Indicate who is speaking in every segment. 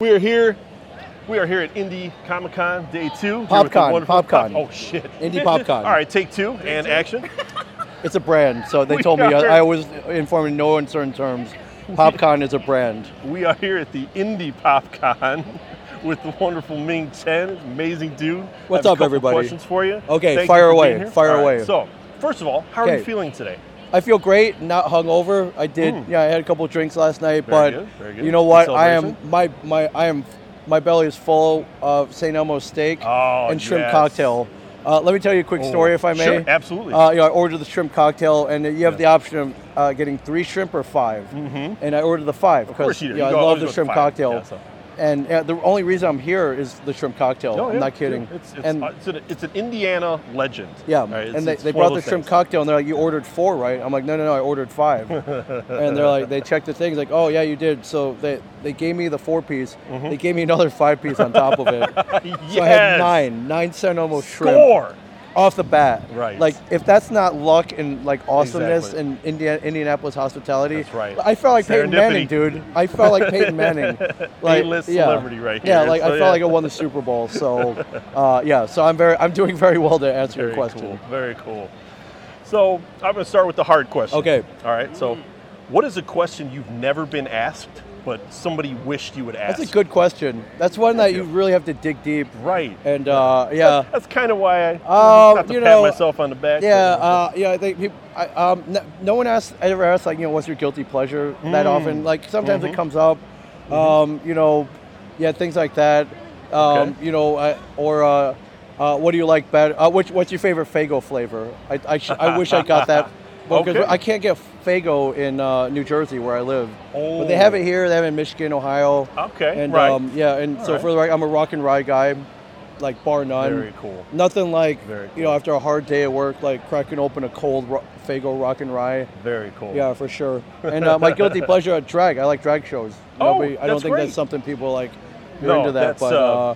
Speaker 1: We are here. We are here at Indie Comic Con Day Two. here with the
Speaker 2: PopCon,
Speaker 1: wonderful-
Speaker 2: PopCon.
Speaker 1: Pop- Oh shit!
Speaker 2: Indie PopCon.
Speaker 1: All right, take two and action.
Speaker 2: It's a brand, so they
Speaker 1: We
Speaker 2: told me. uh,
Speaker 1: are-
Speaker 2: I, I was informed in no uncertain terms. Popcorn is a brand.
Speaker 1: We are here at the Indie PopCon with the wonderful Ming Chen, amazing dude.
Speaker 2: What's
Speaker 1: I have a
Speaker 2: up,
Speaker 1: couple
Speaker 2: everybody?
Speaker 1: Questions for you.
Speaker 2: Okay,
Speaker 1: Thank
Speaker 2: fire
Speaker 1: you for
Speaker 2: away,
Speaker 1: being here.
Speaker 2: fire
Speaker 1: All right,
Speaker 2: away.
Speaker 1: So, first of all, how are you
Speaker 2: Okay.
Speaker 1: feeling today?
Speaker 2: I feel great, not hungover. I did.
Speaker 1: Mm.
Speaker 2: Yeah, I had a couple drinks last night, but
Speaker 1: Very good, very good.
Speaker 2: you know what? I am
Speaker 1: Celebration?
Speaker 2: my my I am my belly is full of St. Elmo's steak
Speaker 1: Oh,
Speaker 2: and shrimp
Speaker 1: yes.
Speaker 2: cocktail. Uh, let me tell you a quick
Speaker 1: Oh,
Speaker 2: story, if I may.
Speaker 1: sure, absolutely.
Speaker 2: Uh, you know, I ordered the shrimp cocktail, and you have the option of uh, getting three shrimp or 5 Mm-hmm. And I ordered the five
Speaker 1: course
Speaker 2: because
Speaker 1: you do.
Speaker 2: you know,
Speaker 1: You
Speaker 2: I
Speaker 1: go- always
Speaker 2: love
Speaker 1: go
Speaker 2: the
Speaker 1: with
Speaker 2: shrimp
Speaker 1: five.
Speaker 2: cocktail.
Speaker 1: Yeah, so.
Speaker 2: And uh, the only reason I'm here is the shrimp cocktail.
Speaker 1: No,
Speaker 2: Oh, I'm
Speaker 1: yeah,
Speaker 2: not kidding.
Speaker 1: yeah, It's, it's,
Speaker 2: and
Speaker 1: uh, it's, an, it's an Indiana legend.
Speaker 2: yeah,
Speaker 1: All right, it's-
Speaker 2: and they,
Speaker 1: it's
Speaker 2: they
Speaker 1: one of
Speaker 2: brought the
Speaker 1: those
Speaker 2: shrimp
Speaker 1: things.
Speaker 2: cocktail, and they're like, "You ordered four, right?" I'm like, "No, no, no, I ordered five. and they're like, they checked the things, like, "Oh yeah, you did." So they they gave me the four piece. They gave me another five piece on top of it.
Speaker 1: Mm-hmm. yes.
Speaker 2: So I had nine, nine cent almost shrimp
Speaker 1: Score.
Speaker 2: off the bat.
Speaker 1: Right.
Speaker 2: Like if that's not luck and like awesomeness
Speaker 1: Exactly.
Speaker 2: and Indiana, Indianapolis hospitality.
Speaker 1: That's right.
Speaker 2: I felt like Peyton Manning,
Speaker 1: Serendipity.
Speaker 2: dude. I felt like Peyton Manning. Like,
Speaker 1: A-list
Speaker 2: yeah.
Speaker 1: celebrity right
Speaker 2: Yeah,
Speaker 1: here.
Speaker 2: like I
Speaker 1: So,
Speaker 2: felt
Speaker 1: yeah.
Speaker 2: like I won the Super Bowl. So uh, yeah, so I'm very I'm doing very well to answer
Speaker 1: Very
Speaker 2: your question.
Speaker 1: cool. Very cool. So I'm going to start with the hard question.
Speaker 2: Okay.
Speaker 1: All right. So, what is a question you've never been asked, but somebody wished you would ask?
Speaker 2: That's a good question. That's one that you
Speaker 1: you.
Speaker 2: really have to dig deep.
Speaker 1: Right.
Speaker 2: And uh, yeah.
Speaker 1: That's kind of why I
Speaker 2: Um,
Speaker 1: not to
Speaker 2: you
Speaker 1: pat
Speaker 2: know,
Speaker 1: myself on the back.
Speaker 2: Yeah,
Speaker 1: but-
Speaker 2: uh, yeah. I think people, I, um, no, no one asks ever asks like you know what's your guilty pleasure that
Speaker 1: Mm.
Speaker 2: often. Like sometimes
Speaker 1: Mm-hmm.
Speaker 2: it comes up, um, you know, yeah, things like that. Um,
Speaker 1: Okay.
Speaker 2: You know, I, or uh, uh, what do you like better? Uh, which what's your favorite Fago flavor? I I, sh- I wish I got that. Because
Speaker 1: Okay.
Speaker 2: I can't get Fago in uh, New Jersey where I live, but they
Speaker 1: Oh.
Speaker 2: have it here. They have it in Michigan, Ohio.
Speaker 1: Okay,
Speaker 2: and
Speaker 1: right.
Speaker 2: um, yeah, and so
Speaker 1: right.
Speaker 2: for the record, I'm a rock and ride guy, like bar none.
Speaker 1: Very cool.
Speaker 2: Nothing like
Speaker 1: Very
Speaker 2: you know
Speaker 1: cool.
Speaker 2: after a hard day at work, like cracking open a cold ro- Fago Rock and Rye.
Speaker 1: Very cool.
Speaker 2: Yeah, for sure. And uh, my guilty pleasure at drag. I like drag shows.
Speaker 1: Oh,
Speaker 2: I don't
Speaker 1: that's
Speaker 2: think
Speaker 1: great.
Speaker 2: that's something people like. You're
Speaker 1: No,
Speaker 2: into that,
Speaker 1: that's,
Speaker 2: but
Speaker 1: uh,
Speaker 2: uh,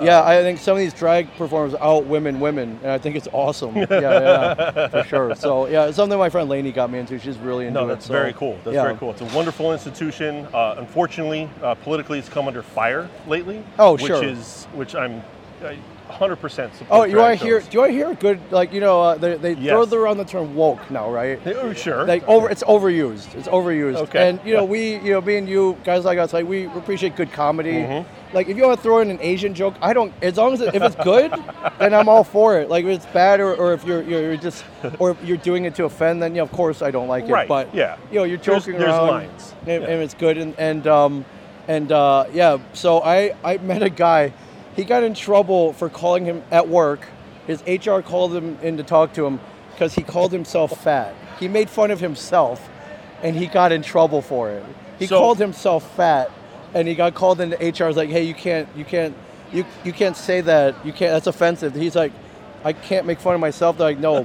Speaker 2: yeah, I think some of these drag performers out women women, and I think it's awesome. yeah, yeah, for sure. So yeah, it's something my friend Lainey got me into. She's really into
Speaker 1: No,
Speaker 2: it.
Speaker 1: that's
Speaker 2: so,
Speaker 1: very cool. That's
Speaker 2: yeah.
Speaker 1: very cool. It's a wonderful institution. Uh, unfortunately, uh, politically, it's come under fire lately.
Speaker 2: Oh,
Speaker 1: which
Speaker 2: sure.
Speaker 1: is which I'm uh, 100% support.
Speaker 2: Oh, you
Speaker 1: drag
Speaker 2: want to hear?
Speaker 1: shows.
Speaker 2: Do I hear a good like you know uh, they, they throw
Speaker 1: Yes.
Speaker 2: around the term woke now, right?
Speaker 1: Oh, sure.
Speaker 2: like over it's overused it's overused
Speaker 1: Okay.
Speaker 2: and you know we you know me and you guys like us like we appreciate good comedy
Speaker 1: Mm-hmm.
Speaker 2: like if you want to throw in an asian joke i don't as long as it, if it's good then i'm all for it like if it's bad or, or if you're, you're you're just or if you're doing it to offend then you know, of course i don't like it
Speaker 1: Right,
Speaker 2: but
Speaker 1: yeah.
Speaker 2: you know you're
Speaker 1: There's-
Speaker 2: joking
Speaker 1: there's
Speaker 2: around
Speaker 1: lines.
Speaker 2: and,
Speaker 1: Yeah.
Speaker 2: and it's good and and um and uh yeah so i i met a guy he got in trouble for calling him at work his hr called him in to talk to him because he called himself fat he made fun of himself and he got in trouble for it he
Speaker 1: So-
Speaker 2: called himself fat and he got called into hr was like hey you can't you can't you you can't say that you can't that's offensive he's like i can't make fun of myself they're like no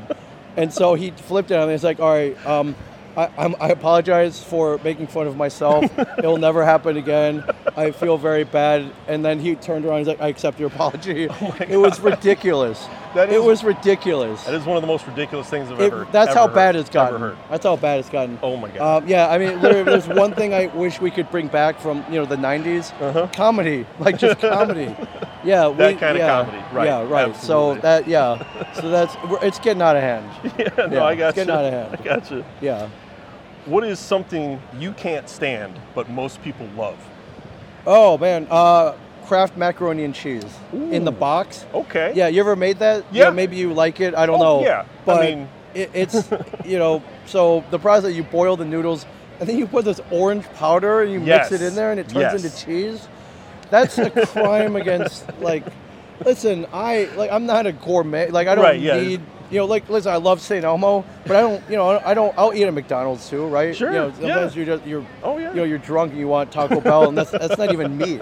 Speaker 2: and so he flipped it on me he's like all right um I, I'm, I apologize for making fun of myself. It'll never happen again. I feel very bad. And then he turned around. He's like, "I accept your apology." it was ridiculous.
Speaker 1: Oh That
Speaker 2: it
Speaker 1: is-
Speaker 2: was ridiculous.
Speaker 1: That is one of the most ridiculous things I've
Speaker 2: It-
Speaker 1: ever.
Speaker 2: that's
Speaker 1: ever
Speaker 2: how
Speaker 1: heard,
Speaker 2: bad it's gotten.
Speaker 1: Ever heard.
Speaker 2: That's how bad it's gotten.
Speaker 1: Oh my God.
Speaker 2: Um, yeah, I mean, literally, there's one thing I wish we could bring back from you know the '90s: comedy, like just comedy. Yeah,
Speaker 1: Uh-huh. That
Speaker 2: we-
Speaker 1: kinda
Speaker 2: yeah,
Speaker 1: comedy, right,
Speaker 2: Yeah, right. So
Speaker 1: absolutely.
Speaker 2: that, yeah, so that's we're- it's getting out of hand.
Speaker 1: Yeah, no, I
Speaker 2: it's
Speaker 1: got you.
Speaker 2: Uh, getting out of hand.
Speaker 1: I got you.
Speaker 2: Yeah.
Speaker 1: What is something you can't stand but most people love?
Speaker 2: Oh man, uh, Kraft macaroni and cheese in the box.
Speaker 1: Okay.
Speaker 2: Yeah, you ever made that?
Speaker 1: Yeah.
Speaker 2: maybe you like it. I don't
Speaker 1: Oh,
Speaker 2: know.
Speaker 1: yeah. I
Speaker 2: but
Speaker 1: mean-
Speaker 2: it, it's you know. So the process you boil the noodles, and then you put this orange powder and you
Speaker 1: Yes.
Speaker 2: mix it in there, and it turns
Speaker 1: Yes.
Speaker 2: into cheese. That's a crime against like. Listen, I like I'm not a gourmet. Like I don't
Speaker 1: Right, yeah.
Speaker 2: need. You know, like listen, I love St. Elmo, but I don't. You know, I don't. I'll eat at McDonald's too, right?
Speaker 1: Sure,
Speaker 2: You know,
Speaker 1: yeah.
Speaker 2: sometimes you just you're.
Speaker 1: Oh, yeah.
Speaker 2: You know, you're drunk and you want Taco Bell, and that's that's not even meat.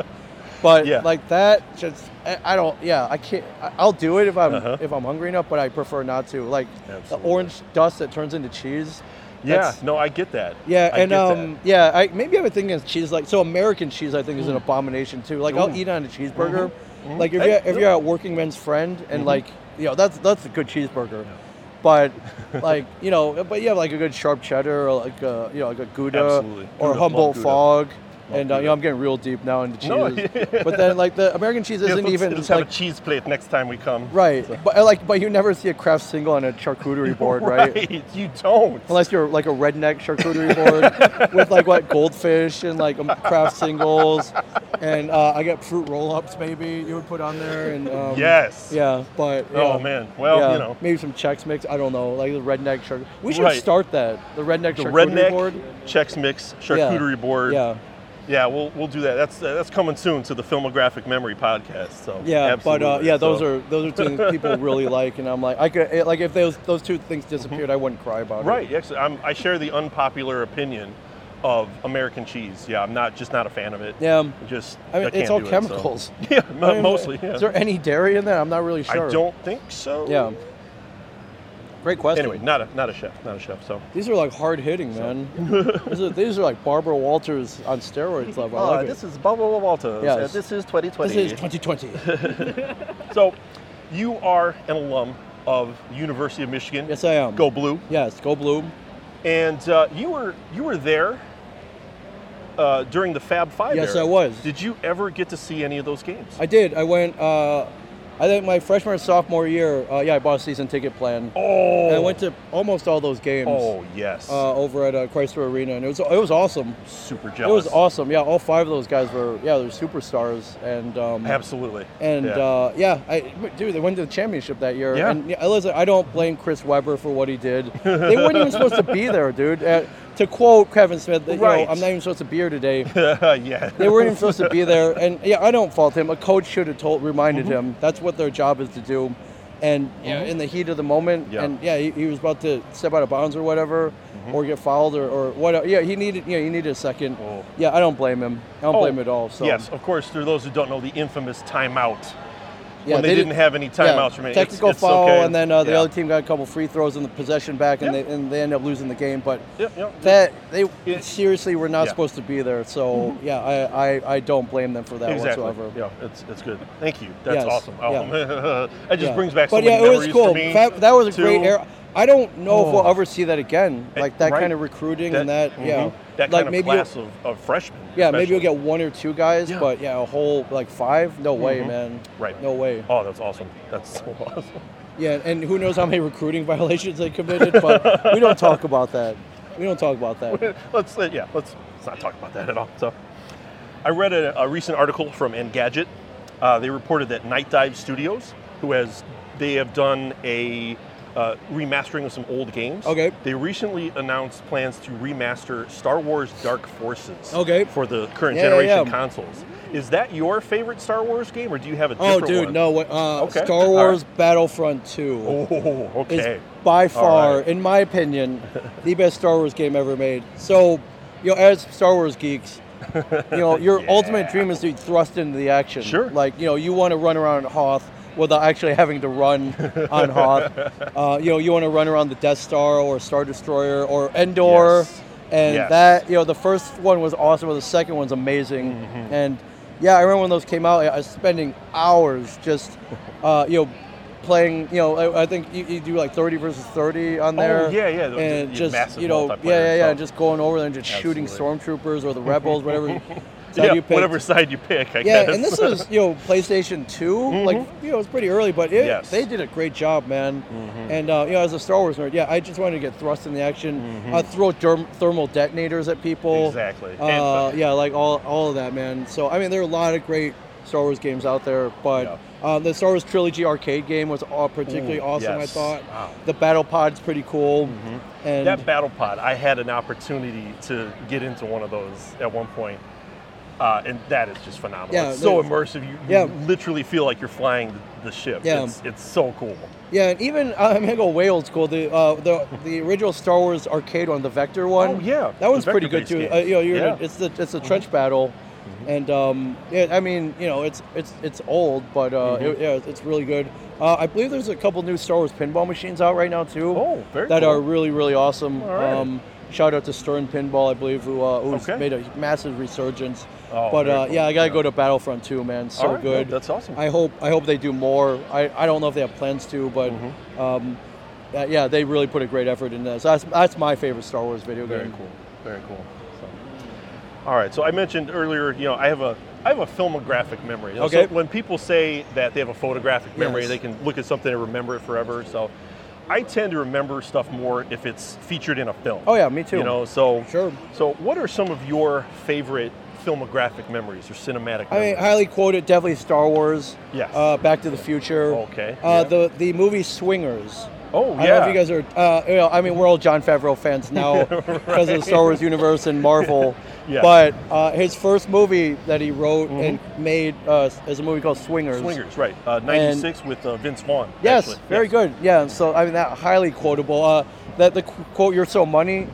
Speaker 2: But
Speaker 1: Yeah.
Speaker 2: like that, just I, I don't. Yeah, I can't. I- I'll do it if I'm
Speaker 1: Uh-huh.
Speaker 2: if I'm hungry enough, but I prefer not to. Like
Speaker 1: Absolutely.
Speaker 2: the orange dust that turns into cheese.
Speaker 1: Yeah.
Speaker 2: that's-
Speaker 1: No, I get that.
Speaker 2: Yeah,
Speaker 1: I
Speaker 2: and
Speaker 1: get that. Mm.
Speaker 2: um, yeah, I maybe I'm thinking of cheese like so American cheese. I think is an abomination too. Like I'll
Speaker 1: Ooh. Mm-hmm.
Speaker 2: eat on a cheeseburger. Like if
Speaker 1: Hey,
Speaker 2: you're if
Speaker 1: yeah.
Speaker 2: you're at Working Men's Friend and
Speaker 1: Mm-hmm.
Speaker 2: like you know that's that's a good cheeseburger, but like you know but uh, you have like a good sharp cheddar or like a, you know like a Gouda
Speaker 1: Absolutely.
Speaker 2: or
Speaker 1: Gouda, love
Speaker 2: Humboldt
Speaker 1: Gouda.
Speaker 2: Fog
Speaker 1: love
Speaker 2: and uh, you know,
Speaker 1: pita.
Speaker 2: I'm getting real deep now into cheese.
Speaker 1: No,
Speaker 2: But then, like the American cheese
Speaker 1: Yeah,
Speaker 2: isn't
Speaker 1: let's,
Speaker 2: even
Speaker 1: let's have
Speaker 2: like
Speaker 1: a cheese plate next time we come.
Speaker 2: right. But uh, like, but you never see a Kraft single on a charcuterie
Speaker 1: Oh
Speaker 2: board, right?
Speaker 1: You don't.
Speaker 2: Unless you're like a redneck charcuterie board with like what goldfish and like um, Kraft singles, and uh, I get fruit roll-ups maybe you would put on there and um,
Speaker 1: Yes.
Speaker 2: yeah, but
Speaker 1: Oh,
Speaker 2: yeah.
Speaker 1: man. Well,
Speaker 2: Yeah,
Speaker 1: you know.
Speaker 2: maybe some Chex Mix. I don't know, like the redneck charcuterie. We should
Speaker 1: Right.
Speaker 2: start that the redneck
Speaker 1: The
Speaker 2: charcuterie
Speaker 1: redneck
Speaker 2: board.
Speaker 1: Chex Mix
Speaker 2: Yeah.
Speaker 1: charcuterie board.
Speaker 2: Yeah,
Speaker 1: Yeah, we'll we'll do that. That's uh, that's coming soon to the Filmographic Memory podcast. So
Speaker 2: yeah,
Speaker 1: absolutely.
Speaker 2: but uh, yeah, those
Speaker 1: So-
Speaker 2: are those are things people really like, and I'm like, I could it- like if those those two things disappeared, I wouldn't cry about it.
Speaker 1: Mm-hmm. right. Actually, I'm, I share the unpopular opinion of American cheese. Yeah, I'm not just not a fan of it.
Speaker 2: Yeah.
Speaker 1: Just
Speaker 2: I mean, it's
Speaker 1: I can't
Speaker 2: all
Speaker 1: do it, so.
Speaker 2: chemicals.
Speaker 1: Yeah, mo-
Speaker 2: I mean,
Speaker 1: mostly. Yeah.
Speaker 2: Is there any dairy in that? I'm not really sure.
Speaker 1: I don't think so.
Speaker 2: Yeah. Great question.
Speaker 1: Anyway, not a not a chef, not a chef. So
Speaker 2: These are like hard hitting, man. these, are, these are like Barbara Walters on steroids level. I
Speaker 1: Uh,
Speaker 2: like it.
Speaker 1: this is Bubba Walters.
Speaker 2: Yes.
Speaker 1: and This is 2020.
Speaker 2: this is 2020.
Speaker 1: So, you are an alum of University of Michigan.
Speaker 2: yes, I am.
Speaker 1: Go Blue.
Speaker 2: Yes, go blue.
Speaker 1: And uh, you were you were there uh, during the Fab Five.
Speaker 2: Yes,
Speaker 1: era.
Speaker 2: I was.
Speaker 1: Did you ever get to see any of those games?
Speaker 2: I did. I went. Uh, I think my freshman and sophomore year. Uh, yeah, I bought a season ticket plan.
Speaker 1: oh.
Speaker 2: And I went to almost all those games
Speaker 1: Oh yes.
Speaker 2: uh, over at uh, Chrysler Arena, and it was it was awesome.
Speaker 1: Super
Speaker 2: It
Speaker 1: jealous.
Speaker 2: was awesome. Yeah, all five of those guys were yeah they're superstars, and um,
Speaker 1: Absolutely.
Speaker 2: And
Speaker 1: Yeah.
Speaker 2: yeah, uh, yeah I, dude, they went to the championship that year.
Speaker 1: Yeah.
Speaker 2: And yeah, listen, I don't blame Chris Webber for what he did. they weren't even supposed to be there, dude. Uh, to quote Kevin Smith, you know,
Speaker 1: Right.
Speaker 2: I'm not even supposed to be here today.
Speaker 1: yeah.
Speaker 2: uh, They weren't even supposed to be there, and yeah, I don't fault him. A coach should have told, reminded
Speaker 1: Mm-hmm.
Speaker 2: him. That's what their job is to do. And yeah, in the heat of the moment,
Speaker 1: Yeah. Mm-hmm.
Speaker 2: and yeah, he, he was about to step out of bounds or whatever, or get fouled or, or whatever. Yeah, he needed. Yeah, he needed a second.
Speaker 1: Oh.
Speaker 2: Yeah, I don't blame him. I don't
Speaker 1: Oh,
Speaker 2: blame him at all. So
Speaker 1: Yes, of course. For those who don't know, the infamous timeout.
Speaker 2: yeah,
Speaker 1: when they, didn't, have any
Speaker 2: yeah,
Speaker 1: timeouts remaining. It's-
Speaker 2: Technical
Speaker 1: it's
Speaker 2: foul,
Speaker 1: okay.
Speaker 2: and then uh, the
Speaker 1: Yeah.
Speaker 2: other team got a couple free throws and the possession back, and
Speaker 1: Yeah.
Speaker 2: they and they end up losing the game. But
Speaker 1: Yep, yep.
Speaker 2: that they
Speaker 1: Yeah.
Speaker 2: seriously were not
Speaker 1: Yeah. Mm-hmm.
Speaker 2: supposed to be there. So yeah, I, I I don't blame them for that
Speaker 1: exactly.
Speaker 2: whatsoever.
Speaker 1: Yeah, it's, it's good. Thank you. That's
Speaker 2: Yes,
Speaker 1: awesome. Oh, it just
Speaker 2: Yeah.
Speaker 1: brings back so
Speaker 2: but
Speaker 1: many
Speaker 2: yeah, it was
Speaker 1: memories
Speaker 2: cool.
Speaker 1: for me.
Speaker 2: That, that was a great
Speaker 1: too.
Speaker 2: era. I don't know if we'll
Speaker 1: Oh.
Speaker 2: ever see that again. Like that
Speaker 1: Right.
Speaker 2: kind of recruiting and that,
Speaker 1: mhm.
Speaker 2: yeah,
Speaker 1: That
Speaker 2: like
Speaker 1: kind of
Speaker 2: maybe you'll-
Speaker 1: class of, of freshmen.
Speaker 2: yeah, maybe you'll
Speaker 1: especially.
Speaker 2: get one or two guys,
Speaker 1: Yeah.
Speaker 2: but yeah, a whole like five, no way,
Speaker 1: Mhm.
Speaker 2: man,
Speaker 1: Right.
Speaker 2: no way.
Speaker 1: Oh, that's awesome. That's so awesome.
Speaker 2: Yeah, and who knows how many recruiting violations they committed, but we don't talk about that. We don't talk about that.
Speaker 1: let's uh, yeah, let's, let's not talk about that at all. So, I read a, a recent article from Engadget. Uh, they reported that Night Dive Studios, who has they have done a uh, remastering of some old games.
Speaker 2: Okay.
Speaker 1: They recently announced plans to remaster Star Wars Dark Forces.
Speaker 2: Okay.
Speaker 1: For the current
Speaker 2: Yeah, yeah,
Speaker 1: generation
Speaker 2: yeah.
Speaker 1: consoles, is that your favorite Star Wars game, or do you have a
Speaker 2: Oh,
Speaker 1: different
Speaker 2: dude,
Speaker 1: one?
Speaker 2: no. what- Uh,
Speaker 1: Okay.
Speaker 2: Star
Speaker 1: All
Speaker 2: Wars Battlefront 2
Speaker 1: Oh,
Speaker 2: is
Speaker 1: okay.
Speaker 2: by far,
Speaker 1: right.
Speaker 2: in my opinion, the best Star Wars game ever made. So, you know, as Star Wars geeks, you know, your
Speaker 1: Yeah.
Speaker 2: ultimate dream is to be thrust into the action.
Speaker 1: Sure.
Speaker 2: Like, you know, you want to run around Hoth without actually having to run on Hoth. Uh, you know, you want to run around the Death Star or Star Destroyer or Endor.
Speaker 1: Yes.
Speaker 2: And
Speaker 1: Yes.
Speaker 2: that, you know, the first one was awesome, but the second one's amazing.
Speaker 1: Mm-hmm.
Speaker 2: And yeah, I remember when those came out, I was spending hours just, uh, you know, playing, you know, I, I think you, you do like 30 versus 30 on there.
Speaker 1: Oh, yeah, yeah, the-
Speaker 2: And
Speaker 1: the
Speaker 2: just,
Speaker 1: massive
Speaker 2: you know, yeah,
Speaker 1: multiplayer
Speaker 2: yeah, yeah,
Speaker 1: stuff.
Speaker 2: just going over there and just shooting
Speaker 1: Absolutely.
Speaker 2: stormtroopers or the rebels, whatever. you- side
Speaker 1: Yeah,
Speaker 2: you picked.
Speaker 1: whatever side you pick, I
Speaker 2: Yeah,
Speaker 1: guess.
Speaker 2: and this was you know PlayStation 2 Like you know, it's pretty early, but it,
Speaker 1: Mm-hmm. Yes. Mm-hmm.
Speaker 2: they did a great job, man. And uh, you know, as a Star Wars nerd, yeah, I just wanted to get thrust in the action, uh, throw derm- thermal detonators at people.
Speaker 1: Mm-hmm. Exactly.
Speaker 2: Uh,
Speaker 1: And-
Speaker 2: yeah, like all all of that, man. So I mean, there are a lot of great Star Wars games out there, but.
Speaker 1: Yeah.
Speaker 2: Uh, the Star Wars Trilogy arcade game was all particularly
Speaker 1: Ooh,
Speaker 2: awesome. I
Speaker 1: yes.
Speaker 2: thought
Speaker 1: Wow. Mm-hmm.
Speaker 2: the battle pod's pretty cool, and
Speaker 1: That battle pod, I had an opportunity to get into one of those at one point, uh, and that is just phenomenal.
Speaker 2: Yeah,
Speaker 1: it's so
Speaker 2: no,
Speaker 1: immersive. You,
Speaker 2: yeah.
Speaker 1: you literally feel like you're flying the, the ship.
Speaker 2: Yeah.
Speaker 1: It's, it's so cool.
Speaker 2: Yeah, and even uh, I'm gonna go way old school. The uh, the the original Star Wars arcade one, the Vector one.
Speaker 1: Oh, yeah,
Speaker 2: that
Speaker 1: the
Speaker 2: one's pretty good
Speaker 1: vector-based
Speaker 2: too.
Speaker 1: games.
Speaker 2: Uh, you know, you're in a,
Speaker 1: Yeah. Mm-hmm.
Speaker 2: it's the it's a trench battle, and um, yeah, I mean, you know, it's it's it's old, but uh,
Speaker 1: Mm-hmm.
Speaker 2: it- yeah, it's really good. Uh, I believe there's a couple new Star Wars pinball machines out right now too.
Speaker 1: Oh, very
Speaker 2: That
Speaker 1: cool.
Speaker 2: are really really awesome.
Speaker 1: All right.
Speaker 2: Um, shout out to Stern Pinball, I believe, who uh, who's
Speaker 1: Okay.
Speaker 2: made a massive resurgence.
Speaker 1: Oh,
Speaker 2: but
Speaker 1: very
Speaker 2: uh,
Speaker 1: cool.
Speaker 2: yeah, I gotta
Speaker 1: Yeah.
Speaker 2: go to Battlefront 2, man. So
Speaker 1: All right,
Speaker 2: good.
Speaker 1: well, that's awesome.
Speaker 2: I hope I hope they do more. I, I don't know if they have plans to, but
Speaker 1: Mm-hmm.
Speaker 2: um, uh, yeah, they really put a great effort in this. That's that's my favorite Star Wars video
Speaker 1: Very
Speaker 2: game.
Speaker 1: cool. Very cool. So. All right. So I mentioned earlier, you know, I have a I have a filmographic memory. So
Speaker 2: Okay.
Speaker 1: when people say that they have a photographic memory,
Speaker 2: Yes.
Speaker 1: they can look at something and remember it forever. So I tend to remember stuff more if it's featured in a film.
Speaker 2: Oh, yeah, me too.
Speaker 1: You know, so
Speaker 2: Sure.
Speaker 1: So what are some of your favorite filmographic memories or cinematic
Speaker 2: I mean,
Speaker 1: memories?
Speaker 2: highly quoted, definitely Star Wars.
Speaker 1: um, Yes.
Speaker 2: Uh, Back to the Future.
Speaker 1: Okay,
Speaker 2: Uh,
Speaker 1: yeah.
Speaker 2: The the movie Swingers.
Speaker 1: oh
Speaker 2: I don't know
Speaker 1: yeah.
Speaker 2: if you guys are. Uh, you know, I mean, we're all John Favreau fans now because of the Star Wars universe and Marvel.
Speaker 1: Yeah. Mm-hmm.
Speaker 2: But uh, his first movie that he wrote and made uh, is a movie called Swingers.
Speaker 1: Swingers, right? Uh, Ninety-six with uh, Vince Vaughn.
Speaker 2: Yes,
Speaker 1: actually.
Speaker 2: very
Speaker 1: Yes.
Speaker 2: good. Yeah. So I mean, that highly quotable. Uh, that the qu- quote, "You're so money."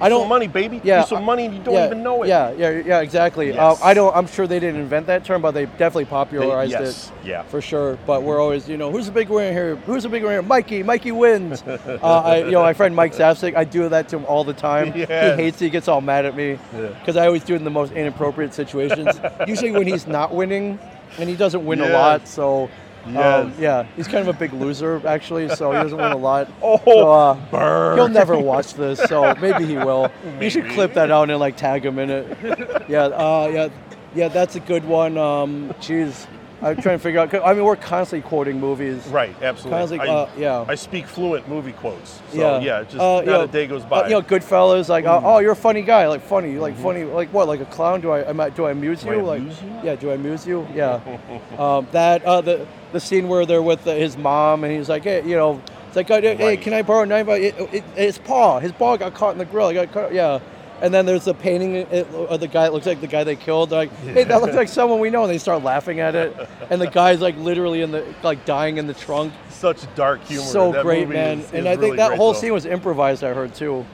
Speaker 2: I
Speaker 1: Some
Speaker 2: don't
Speaker 1: money, baby.
Speaker 2: Yeah,
Speaker 1: You're so
Speaker 2: I-
Speaker 1: money, and you don't
Speaker 2: yeah,
Speaker 1: even know it.
Speaker 2: Yeah, yeah, yeah, exactly.
Speaker 1: Yes.
Speaker 2: Uh, I don't. I'm sure they didn't invent that term, but they definitely popularized
Speaker 1: They- yes,
Speaker 2: it.
Speaker 1: yeah.
Speaker 2: for sure. But we're always, you know, who's the big winner here? Who's the big winner? Mikey. Mikey wins. uh, I, you know, my friend Mike Zapsik. I do that to him all the time.
Speaker 1: Yes.
Speaker 2: He hates. it. He gets all mad at me
Speaker 1: Yeah.
Speaker 2: because I always do it in the most inappropriate situations. Usually when he's not winning, and he doesn't win a
Speaker 1: Yes.
Speaker 2: lot. So.
Speaker 1: Yes.
Speaker 2: Um, yeah, he's kind of a big loser actually, so he doesn't win a lot.
Speaker 1: Oh,
Speaker 2: so, uh,
Speaker 1: burn.
Speaker 2: He'll never watch this, so maybe he will. You should
Speaker 1: Maybe.
Speaker 2: clip that out and like tag him in it. Yeah, uh, yeah, yeah. That's a good one. Um, jeez, I'm trying to figure out. 'cause, I mean, we're constantly quoting movies.
Speaker 1: Right, absolutely.
Speaker 2: Kinda like,
Speaker 1: I,
Speaker 2: uh, yeah.
Speaker 1: I speak fluent movie quotes. So yeah, just
Speaker 2: Uh,
Speaker 1: not
Speaker 2: you know,
Speaker 1: a day goes
Speaker 2: uh,
Speaker 1: by. Mm-hmm.
Speaker 2: you know, Goodfellas, like, oh, oh, you're a funny guy, like funny, like funny, like what, like a clown? Do I, am I do I amuse you?
Speaker 1: Do I
Speaker 2: like,
Speaker 1: amuse you?
Speaker 2: yeah, do I amuse you? Yeah. um, that uh, the the scene where they're with uh his mom and he's like, hey, you know, it's like, hey, hey,
Speaker 1: Right.
Speaker 2: can I borrow a knife? It, it, his paw, his paw got caught in the grill. I got caught, yeah. And then there's the painting of the guy. It looks like the guy they killed. They're like, hey, that looks like someone we know. And they start laughing at it. And the guy's like literally in the like dying in the trunk.
Speaker 1: Such dark humor.
Speaker 2: So
Speaker 1: That
Speaker 2: great,
Speaker 1: movie
Speaker 2: man.
Speaker 1: is- is
Speaker 2: and I
Speaker 1: really
Speaker 2: think that
Speaker 1: great,
Speaker 2: whole
Speaker 1: though.
Speaker 2: scene was improvised, I heard too.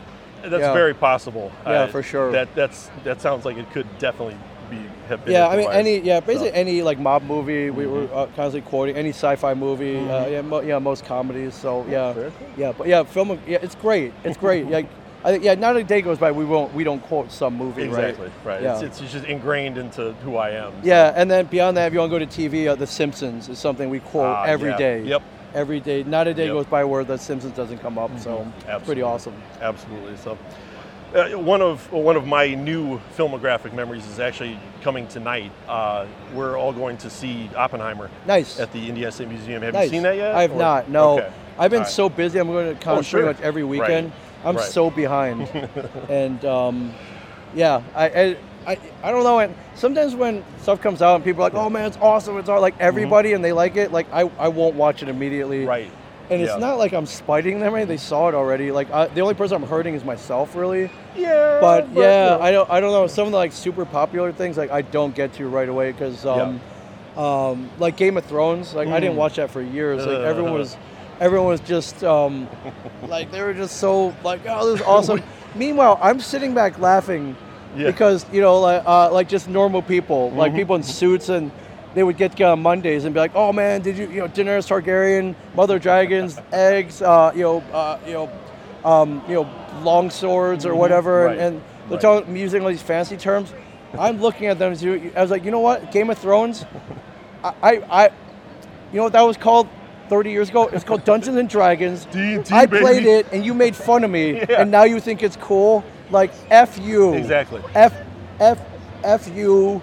Speaker 1: That's
Speaker 2: yeah.
Speaker 1: very possible.
Speaker 2: Yeah, for sure.
Speaker 1: That that's that sounds like it could definitely be have been.
Speaker 2: Yeah, I mean,
Speaker 1: improvised.
Speaker 2: any, yeah,
Speaker 1: So,
Speaker 2: basically any like mob movie, we were uh, constantly quoting, any sci fi movie,
Speaker 1: Mm-hmm.
Speaker 2: uh, yeah, mo- yeah, most comedies. So, yeah.
Speaker 1: very cool.
Speaker 2: Yeah, but yeah, film, yeah, it's great. It's great. like, I think, yeah, not a day goes by we won't, we don't quote some movie, right?
Speaker 1: exactly right.
Speaker 2: Yeah.
Speaker 1: It's, it's just ingrained into who I am.
Speaker 2: Yeah, and then beyond that, if you want to go to TV, uh, The Simpsons is something we quote
Speaker 1: Ah,
Speaker 2: every
Speaker 1: yeah.
Speaker 2: day.
Speaker 1: Yep.
Speaker 2: Every day. Not a day
Speaker 1: Yep. Mm-hmm.
Speaker 2: goes by where The Simpsons doesn't come up. So, it's pretty
Speaker 1: Absolutely.
Speaker 2: awesome.
Speaker 1: Absolutely. So, uh, one of one of my new filmographic memories is actually coming tonight. Uh, we're all going to see Oppenheimer.
Speaker 2: Nice.
Speaker 1: At the Indiana State Museum. Have
Speaker 2: Nice.
Speaker 1: you seen that yet?
Speaker 2: I have
Speaker 1: Or-
Speaker 2: not. No,
Speaker 1: Okay.
Speaker 2: I've been
Speaker 1: All right.
Speaker 2: so busy. I'm going to con
Speaker 1: Oh, sure.
Speaker 2: pretty much every
Speaker 1: Right.
Speaker 2: weekend. I'm
Speaker 1: Right.
Speaker 2: so behind, and um, yeah, I, I I I don't know. And sometimes when stuff comes out and people are like, "Oh man, it's awesome!" It's all like everybody and they like it. Like I, I won't watch it immediately.
Speaker 1: Mm-hmm. Right.
Speaker 2: And
Speaker 1: Yeah.
Speaker 2: it's not like I'm spiting them. Right? They saw it already. Like I, the only person I'm hurting is myself, really.
Speaker 1: Yeah.
Speaker 2: But yeah,
Speaker 1: you know.
Speaker 2: I don't I don't know. Some of the like super popular things like I don't get to right away because um, um, like Game of Thrones, like I didn't watch that for years. Like everyone was everyone was just um, like they were just so like oh this is awesome. Meanwhile, I'm sitting back laughing
Speaker 1: Yeah.
Speaker 2: because you know like uh, like just normal people, like people in suits and. They would get together on Mondays and be like, "Oh man, did you you know Daenerys Targaryen, Mother of Dragons, eggs, uh, you know, uh, you know, um, you know, long swords or whatever,
Speaker 1: Mm-hmm. Right.
Speaker 2: and, and they're
Speaker 1: Right.
Speaker 2: telling, using all these fancy terms. I'm looking at them. As you, I was like, you know what, Game of Thrones, I, I, I you know what that was called 30 years ago? It's called Dungeons and Dragons.
Speaker 1: D&D,
Speaker 2: I played
Speaker 1: baby.
Speaker 2: it, and you made fun of me,
Speaker 1: Yeah.
Speaker 2: and now you think it's cool? Like f you.
Speaker 1: Exactly.
Speaker 2: F f f you.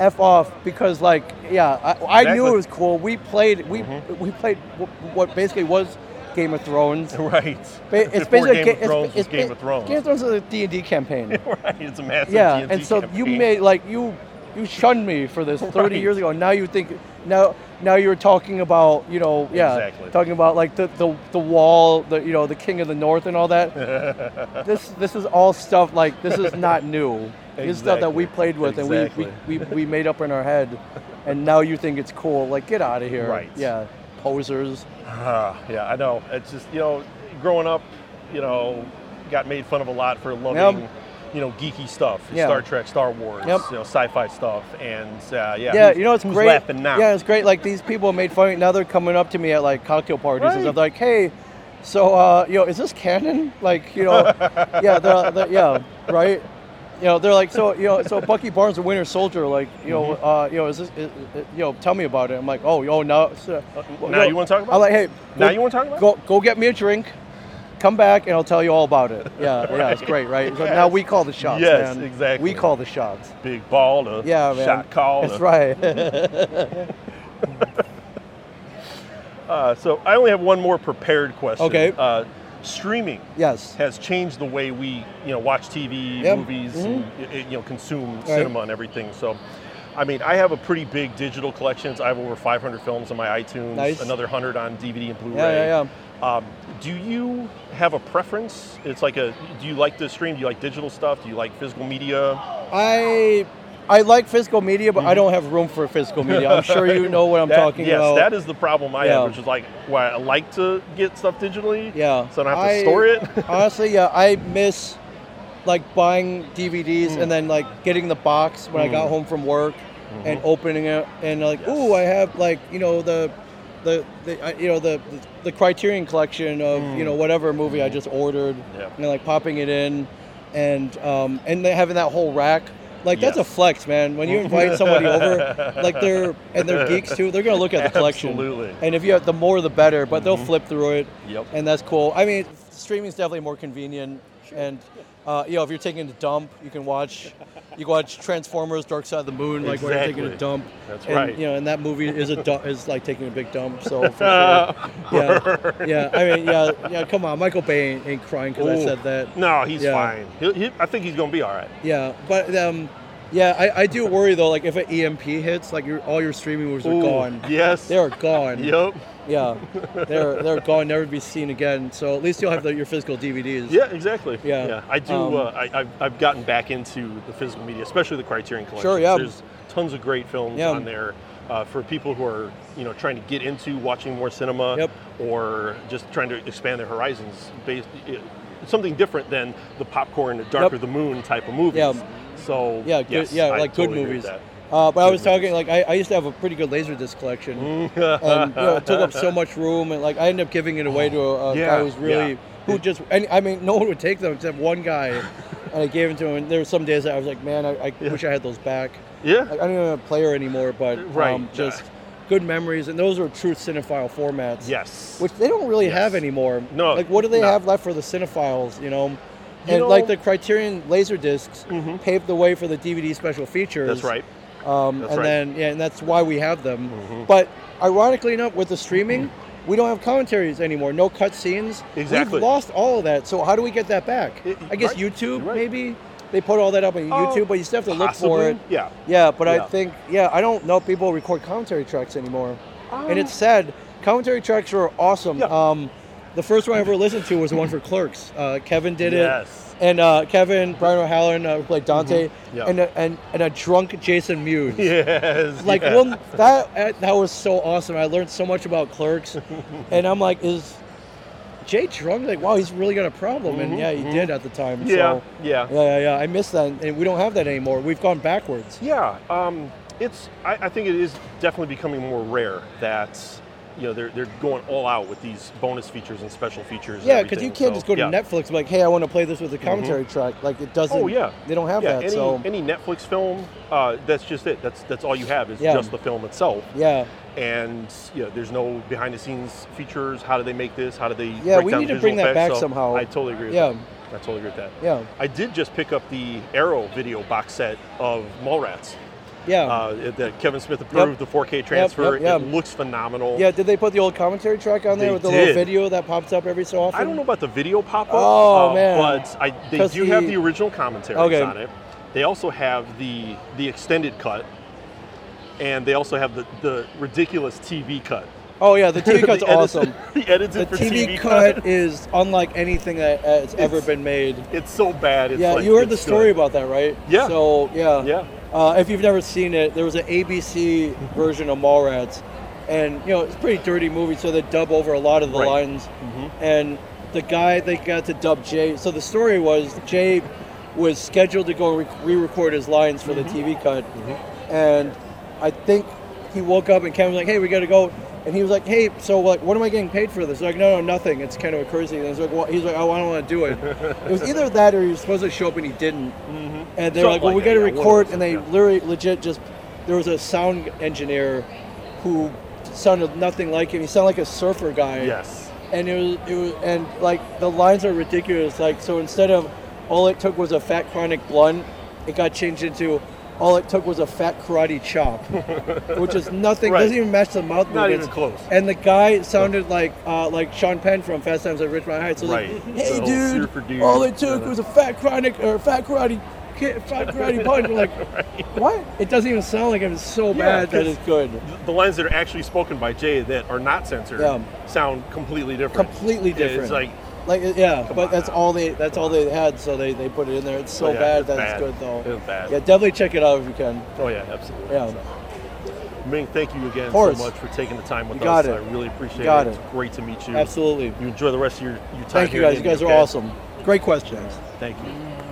Speaker 2: F off because like yeah I, I knew
Speaker 1: Exactly. Mm-hmm.
Speaker 2: it was cool. We played we we played wh- what basically was Game of Thrones.
Speaker 1: Right.
Speaker 2: Ba- It's
Speaker 1: Before
Speaker 2: basically
Speaker 1: Game
Speaker 2: Ga-
Speaker 1: of Thrones
Speaker 2: it's,
Speaker 1: was
Speaker 2: it's,
Speaker 1: Game of Thrones.
Speaker 2: Game of Thrones is a D and D campaign.
Speaker 1: right. It's a massive
Speaker 2: yeah,
Speaker 1: TNT
Speaker 2: and so you
Speaker 1: campaign.
Speaker 2: made like you you shunned me for this 30
Speaker 1: Right.
Speaker 2: years ago. Now you think now now you're talking about you know yeah
Speaker 1: Exactly.
Speaker 2: talking about like the, the the wall the you know the king of the north and all that. this this is all stuff like this is not new. This is stuff that we
Speaker 1: Exactly.
Speaker 2: played with
Speaker 1: Exactly.
Speaker 2: and we, we, we, we made up in our head, and now you think it's cool. Like get out of here.
Speaker 1: Right.
Speaker 2: Yeah. Posers.
Speaker 1: Ah, yeah, I know. It's just you know, growing up, you know, got made fun of a lot for loving,
Speaker 2: Yep.
Speaker 1: you know, geeky stuff,
Speaker 2: Yeah.
Speaker 1: Star Trek, Star Wars,
Speaker 2: Yep.
Speaker 1: you know, sci-fi stuff, and uh, yeah.
Speaker 2: Yeah,
Speaker 1: who's-
Speaker 2: you know it's
Speaker 1: who's
Speaker 2: great.
Speaker 1: laughing now?
Speaker 2: Yeah, it's great. Like these people made fun. of me. Now they're coming up to me at like cocktail parties and
Speaker 1: Right.
Speaker 2: stuff. They're like, hey, so uh, you know, is this canon? Like, you know, yeah, they're, they're- yeah, right. You know, they're like, so you know, so Bucky Barnes, the Winter Soldier, like, you know,
Speaker 1: Mm-hmm.
Speaker 2: uh, you know, is this, is, is- you know, tell me about it. I'm like, oh, oh, now, so,
Speaker 1: Uh, now you wanna talk about
Speaker 2: I'm
Speaker 1: it?
Speaker 2: like, hey,
Speaker 1: Now you wanna talk about it?
Speaker 2: Go, go get me a drink. come back and I'll tell you all about it. Yeah, yeah, it's great, right? So now we call the shots.
Speaker 1: Yes,
Speaker 2: man.
Speaker 1: exactly.
Speaker 2: We call the shots.
Speaker 1: Big ball to
Speaker 2: Yeah, man.
Speaker 1: shot call.
Speaker 2: That's
Speaker 1: to-
Speaker 2: right.
Speaker 1: Uh, so I only have one more prepared question.
Speaker 2: Okay.
Speaker 1: Uh, streaming
Speaker 2: yes.
Speaker 1: has changed the way we, you know, watch TV,
Speaker 2: Yep. Mm-hmm.
Speaker 1: movies, and, you know, consume
Speaker 2: Right.
Speaker 1: cinema and everything. So, I mean, I have a pretty big digital collection. I have over 500 films on my iTunes,
Speaker 2: Nice.
Speaker 1: another 100 on DVD and Blu-ray.
Speaker 2: Yeah, yeah, yeah.
Speaker 1: Um, do you have a preference? It's like a. Do you like the stream? Do you like digital stuff? Do you like physical media?
Speaker 2: I I like physical media, but I don't have room for physical media. I'm sure you know what I'm
Speaker 1: Mm-hmm. That-
Speaker 2: talking
Speaker 1: yes,
Speaker 2: about.
Speaker 1: that is the problem I
Speaker 2: Yeah.
Speaker 1: have, which is like why I like to get stuff digitally.
Speaker 2: Yeah.
Speaker 1: So I don't have to
Speaker 2: I-
Speaker 1: store it.
Speaker 2: honestly, yeah, I miss like buying DVDs
Speaker 1: Mm.
Speaker 2: and then like getting the box when I got home from work
Speaker 1: Mm-hmm.
Speaker 2: and opening it and like, ooh, I have like you know the the, the I- you know the, the Criterion collection of you
Speaker 1: Mm.
Speaker 2: know whatever movie I just ordered
Speaker 1: Yeah.
Speaker 2: and like popping it in and um, and then having that whole rack. Like that's
Speaker 1: Yes.
Speaker 2: a flex, man. When you invite somebody over, like they're and they're geeks too. They're gonna look at the collection.
Speaker 1: Absolutely.
Speaker 2: And if you have the more, the better. But they'll flip through it
Speaker 1: Yep.
Speaker 2: and that's cool. I mean, streaming's definitely more convenient, and uh, you know, if you're taking a dump, you can watch you can watch Transformers: Dark Side of the Moon, like while you're taking a
Speaker 1: Exactly.
Speaker 2: dump.
Speaker 1: That's
Speaker 2: and,
Speaker 1: right.
Speaker 2: You know, and that movie is a du- is like taking a big dump. So for sure. yeah, yeah. I mean, yeah, yeah. Come on, Michael Bay ain't, ain't crying because I
Speaker 1: Ooh.
Speaker 2: said that.
Speaker 1: No, he's
Speaker 2: Yeah.
Speaker 1: fine. He'll, he, I think he's gonna be all right.
Speaker 2: Yeah, but um, yeah, I, I do worry though. Like if an EMP hits, like your all your streaming movies are
Speaker 1: Ooh,
Speaker 2: gone.
Speaker 1: Yes.
Speaker 2: They are gone.
Speaker 1: Yep.
Speaker 2: Yeah, they're they're gone, never to be seen again. So at least you'll have the, your physical DVDs.
Speaker 1: Yeah, exactly.
Speaker 2: Yeah.
Speaker 1: I do.
Speaker 2: Um,
Speaker 1: uh, I, I've, I've gotten back into the physical media, especially the Criterion collection.
Speaker 2: Sure, yeah.
Speaker 1: There's tons of great films
Speaker 2: Yeah.
Speaker 1: on there uh, for people who are, you know, trying to get into watching more cinema
Speaker 2: Yep.
Speaker 1: or just trying to expand their horizons. Based it, something different than the popcorn, the dark
Speaker 2: Yep.
Speaker 1: of the moon type of movies.
Speaker 2: Yeah.
Speaker 1: So
Speaker 2: Yeah, good,
Speaker 1: yes,
Speaker 2: yeah,
Speaker 1: I
Speaker 2: like
Speaker 1: totally
Speaker 2: good
Speaker 1: agree with
Speaker 2: movies.
Speaker 1: that.
Speaker 2: Uh, but I
Speaker 1: Good Mm-hmm.
Speaker 2: was talking like I, I used to have a pretty good laser disc collection, and Um, you know, it took up so much room, and like I ended up giving it away to a, a guy
Speaker 1: Yeah,
Speaker 2: who was really
Speaker 1: yeah.
Speaker 2: who just and, I mean no one would take them except one guy, and I gave it to him. And there were some days that I was like, man, I, I wish I had those back.
Speaker 1: Yeah.
Speaker 2: Like, I don't even have a player anymore, but
Speaker 1: Right,
Speaker 2: um,
Speaker 1: yeah.
Speaker 2: just good memories, and those are true cinephile formats.
Speaker 1: Yes.
Speaker 2: which they don't really
Speaker 1: Yes.
Speaker 2: have anymore.
Speaker 1: No,
Speaker 2: like what do they
Speaker 1: no.
Speaker 2: have left for the cinephiles? You know, and
Speaker 1: know-
Speaker 2: like the Criterion laser discs paved the way for the DVD special features.
Speaker 1: Mm-hmm. That's right.
Speaker 2: Um,
Speaker 1: That's
Speaker 2: and
Speaker 1: right.
Speaker 2: then yeah, and that's why we have them.
Speaker 1: Mm-hmm.
Speaker 2: But ironically enough, with the streaming, we don't have commentaries anymore. No cut scenes.
Speaker 1: Exactly.
Speaker 2: We've lost all of that. So how do we get that back?
Speaker 1: It-
Speaker 2: I guess
Speaker 1: right,
Speaker 2: YouTube
Speaker 1: you're right.
Speaker 2: maybe. They put all that up on
Speaker 1: Oh,
Speaker 2: YouTube, but you still have to look for
Speaker 1: Possibly,
Speaker 2: it.
Speaker 1: Yeah.
Speaker 2: Yeah, but I
Speaker 1: Yeah.
Speaker 2: think yeah, I don't know if people record commentary tracks anymore, and it's sad. Commentary tracks are awesome.
Speaker 1: Uh. Yeah.
Speaker 2: Um, the first one I ever listened to was the one for Clerks. Uh, Kevin did
Speaker 1: Yes.
Speaker 2: it, and uh, Kevin Brian O'Halloran uh, who played Dante,
Speaker 1: Mm-hmm. Yeah.
Speaker 2: and, a, and and a drunk Jason Mewes.
Speaker 1: Yes.
Speaker 2: Like
Speaker 1: yes.
Speaker 2: one that uh, that was so awesome. I learned so much about Clerks, and I'm like, is Jay drunk? Like, wow, he's really got a problem. And yeah, he did at the time.
Speaker 1: Mm-hmm. Yeah,
Speaker 2: So,
Speaker 1: yeah.
Speaker 2: yeah, yeah, yeah. I miss that, and we don't have that anymore. We've gone backwards.
Speaker 1: Yeah, um, it's. I, I think it is definitely becoming more rare that you know they're they're going all out with these bonus features and special features.
Speaker 2: Yeah,
Speaker 1: because
Speaker 2: because you can't just go to Netflix and be like, hey, I want to play this with a commentary track. Like it doesn't.
Speaker 1: Mm-hmm. Oh yeah,
Speaker 2: They don't have
Speaker 1: yeah,
Speaker 2: that.
Speaker 1: Any,
Speaker 2: so
Speaker 1: any Netflix film, uh, that's just it. That's that's all you have is
Speaker 2: Yeah.
Speaker 1: just the film itself,
Speaker 2: yeah,
Speaker 1: and you know, there's no behind the scenes features. How do they make this? How do they?
Speaker 2: Yeah,
Speaker 1: break
Speaker 2: we
Speaker 1: down
Speaker 2: need
Speaker 1: the
Speaker 2: to bring
Speaker 1: visual
Speaker 2: that
Speaker 1: effects?
Speaker 2: back
Speaker 1: So
Speaker 2: somehow.
Speaker 1: I totally agree. With
Speaker 2: Yeah.
Speaker 1: that. I totally agree with that.
Speaker 2: yeah,
Speaker 1: I did just pick up the Arrow video box set of Mallrats.
Speaker 2: yeah,
Speaker 1: uh, it- that Kevin Smith approved the 4K transfer.
Speaker 2: yep, yep.
Speaker 1: It looks phenomenal.
Speaker 2: yeah. Did they put the old commentary track on there
Speaker 1: They
Speaker 2: with the little
Speaker 1: did.
Speaker 2: video that pops up every so often?
Speaker 1: I don't know about the video pop up.
Speaker 2: Oh, man.
Speaker 1: But I, they
Speaker 2: 'Cause
Speaker 1: do have
Speaker 2: the-
Speaker 1: the original commentaries
Speaker 2: Okay.
Speaker 1: on it. They also have the the extended cut, and they also have the, the ridiculous TV cut.
Speaker 2: Oh yeah, the TV cut's
Speaker 1: The edit-
Speaker 2: awesome.
Speaker 1: the edited
Speaker 2: The
Speaker 1: for
Speaker 2: TV,
Speaker 1: cut.
Speaker 2: cut, is unlike anything that has ever
Speaker 1: It's-
Speaker 2: been made.
Speaker 1: It's so bad. It's
Speaker 2: Yeah,
Speaker 1: like,
Speaker 2: you heard the
Speaker 1: it's
Speaker 2: story
Speaker 1: good.
Speaker 2: about that, right?
Speaker 1: Yeah.
Speaker 2: So yeah.
Speaker 1: Yeah.
Speaker 2: Uh, if you've never seen it, there was an ABC version of Mallrats, and you know it's a pretty dirty movie, so they dub over a lot of the
Speaker 1: Right.
Speaker 2: lines. And the guy they got to dub Jay. So the story was Jay was scheduled to go and re-record his lines for the TV cut, and I think he woke up and Kevin was like, "Hey, we got to go." And he was like, "Hey, so like, what am I getting paid for this?" They're like, "No, no, nothing. It's kind of a courtesy." And he's like, well, "He's like, oh, I don't want to do it." it was either that or he was supposed to show up and he didn't. And they're
Speaker 1: Something
Speaker 2: like, "Well,
Speaker 1: like
Speaker 2: we
Speaker 1: that,
Speaker 2: got to
Speaker 1: yeah, one of
Speaker 2: record,"
Speaker 1: those,
Speaker 2: and they
Speaker 1: yeah.
Speaker 2: literally legit just there was a sound engineer who sounded nothing like him. He sounded like a surfer guy.
Speaker 1: Yes.
Speaker 2: and it was, it was and like the lines are ridiculous. Like so, instead of all it took was a fat chronic blunt, it got changed into all it took was a fat karate chop, which is nothing.
Speaker 1: Right.
Speaker 2: Doesn't even match the mouth
Speaker 1: Not
Speaker 2: movements.
Speaker 1: even close.
Speaker 2: And the guy sounded like uh, like Sean Penn from Fast Times at Richmond Heights. So it's
Speaker 1: Right.
Speaker 2: Like, hey,
Speaker 1: The whole
Speaker 2: dude,
Speaker 1: surfer dude
Speaker 2: All it took
Speaker 1: kinda-
Speaker 2: was a fat chronic or a fat karate. ki- Fat karate punch. We're like, what? It doesn't even sound like him. It's so
Speaker 1: Yeah,
Speaker 2: bad that
Speaker 1: 'cause-
Speaker 2: it's good.
Speaker 1: The lines that are actually spoken by Jay that are not censored
Speaker 2: Yeah.
Speaker 1: sound completely different.
Speaker 2: Completely different.
Speaker 1: It's like
Speaker 2: Like it- yeah,
Speaker 1: Come
Speaker 2: but
Speaker 1: on
Speaker 2: that's
Speaker 1: now.
Speaker 2: all they that's all they had, so they, they put it in there. It's so
Speaker 1: Yeah,
Speaker 2: bad
Speaker 1: it's
Speaker 2: that
Speaker 1: bad.
Speaker 2: it's good though.
Speaker 1: It's bad.
Speaker 2: Yeah, definitely check it out if you can.
Speaker 1: oh yeah, absolutely.
Speaker 2: Yeah.
Speaker 1: So, Ming, thank you again
Speaker 2: Of
Speaker 1: so
Speaker 2: course.
Speaker 1: much for taking the time with
Speaker 2: You got
Speaker 1: us.
Speaker 2: it.
Speaker 1: I really appreciate
Speaker 2: You got
Speaker 1: it.
Speaker 2: it.
Speaker 1: It's great to meet you.
Speaker 2: Absolutely.
Speaker 1: You enjoy the rest of your, your time
Speaker 2: Thank you
Speaker 1: here
Speaker 2: guys.
Speaker 1: in
Speaker 2: You
Speaker 1: India,
Speaker 2: guys are
Speaker 1: okay?
Speaker 2: awesome. Great questions.
Speaker 1: Thank you.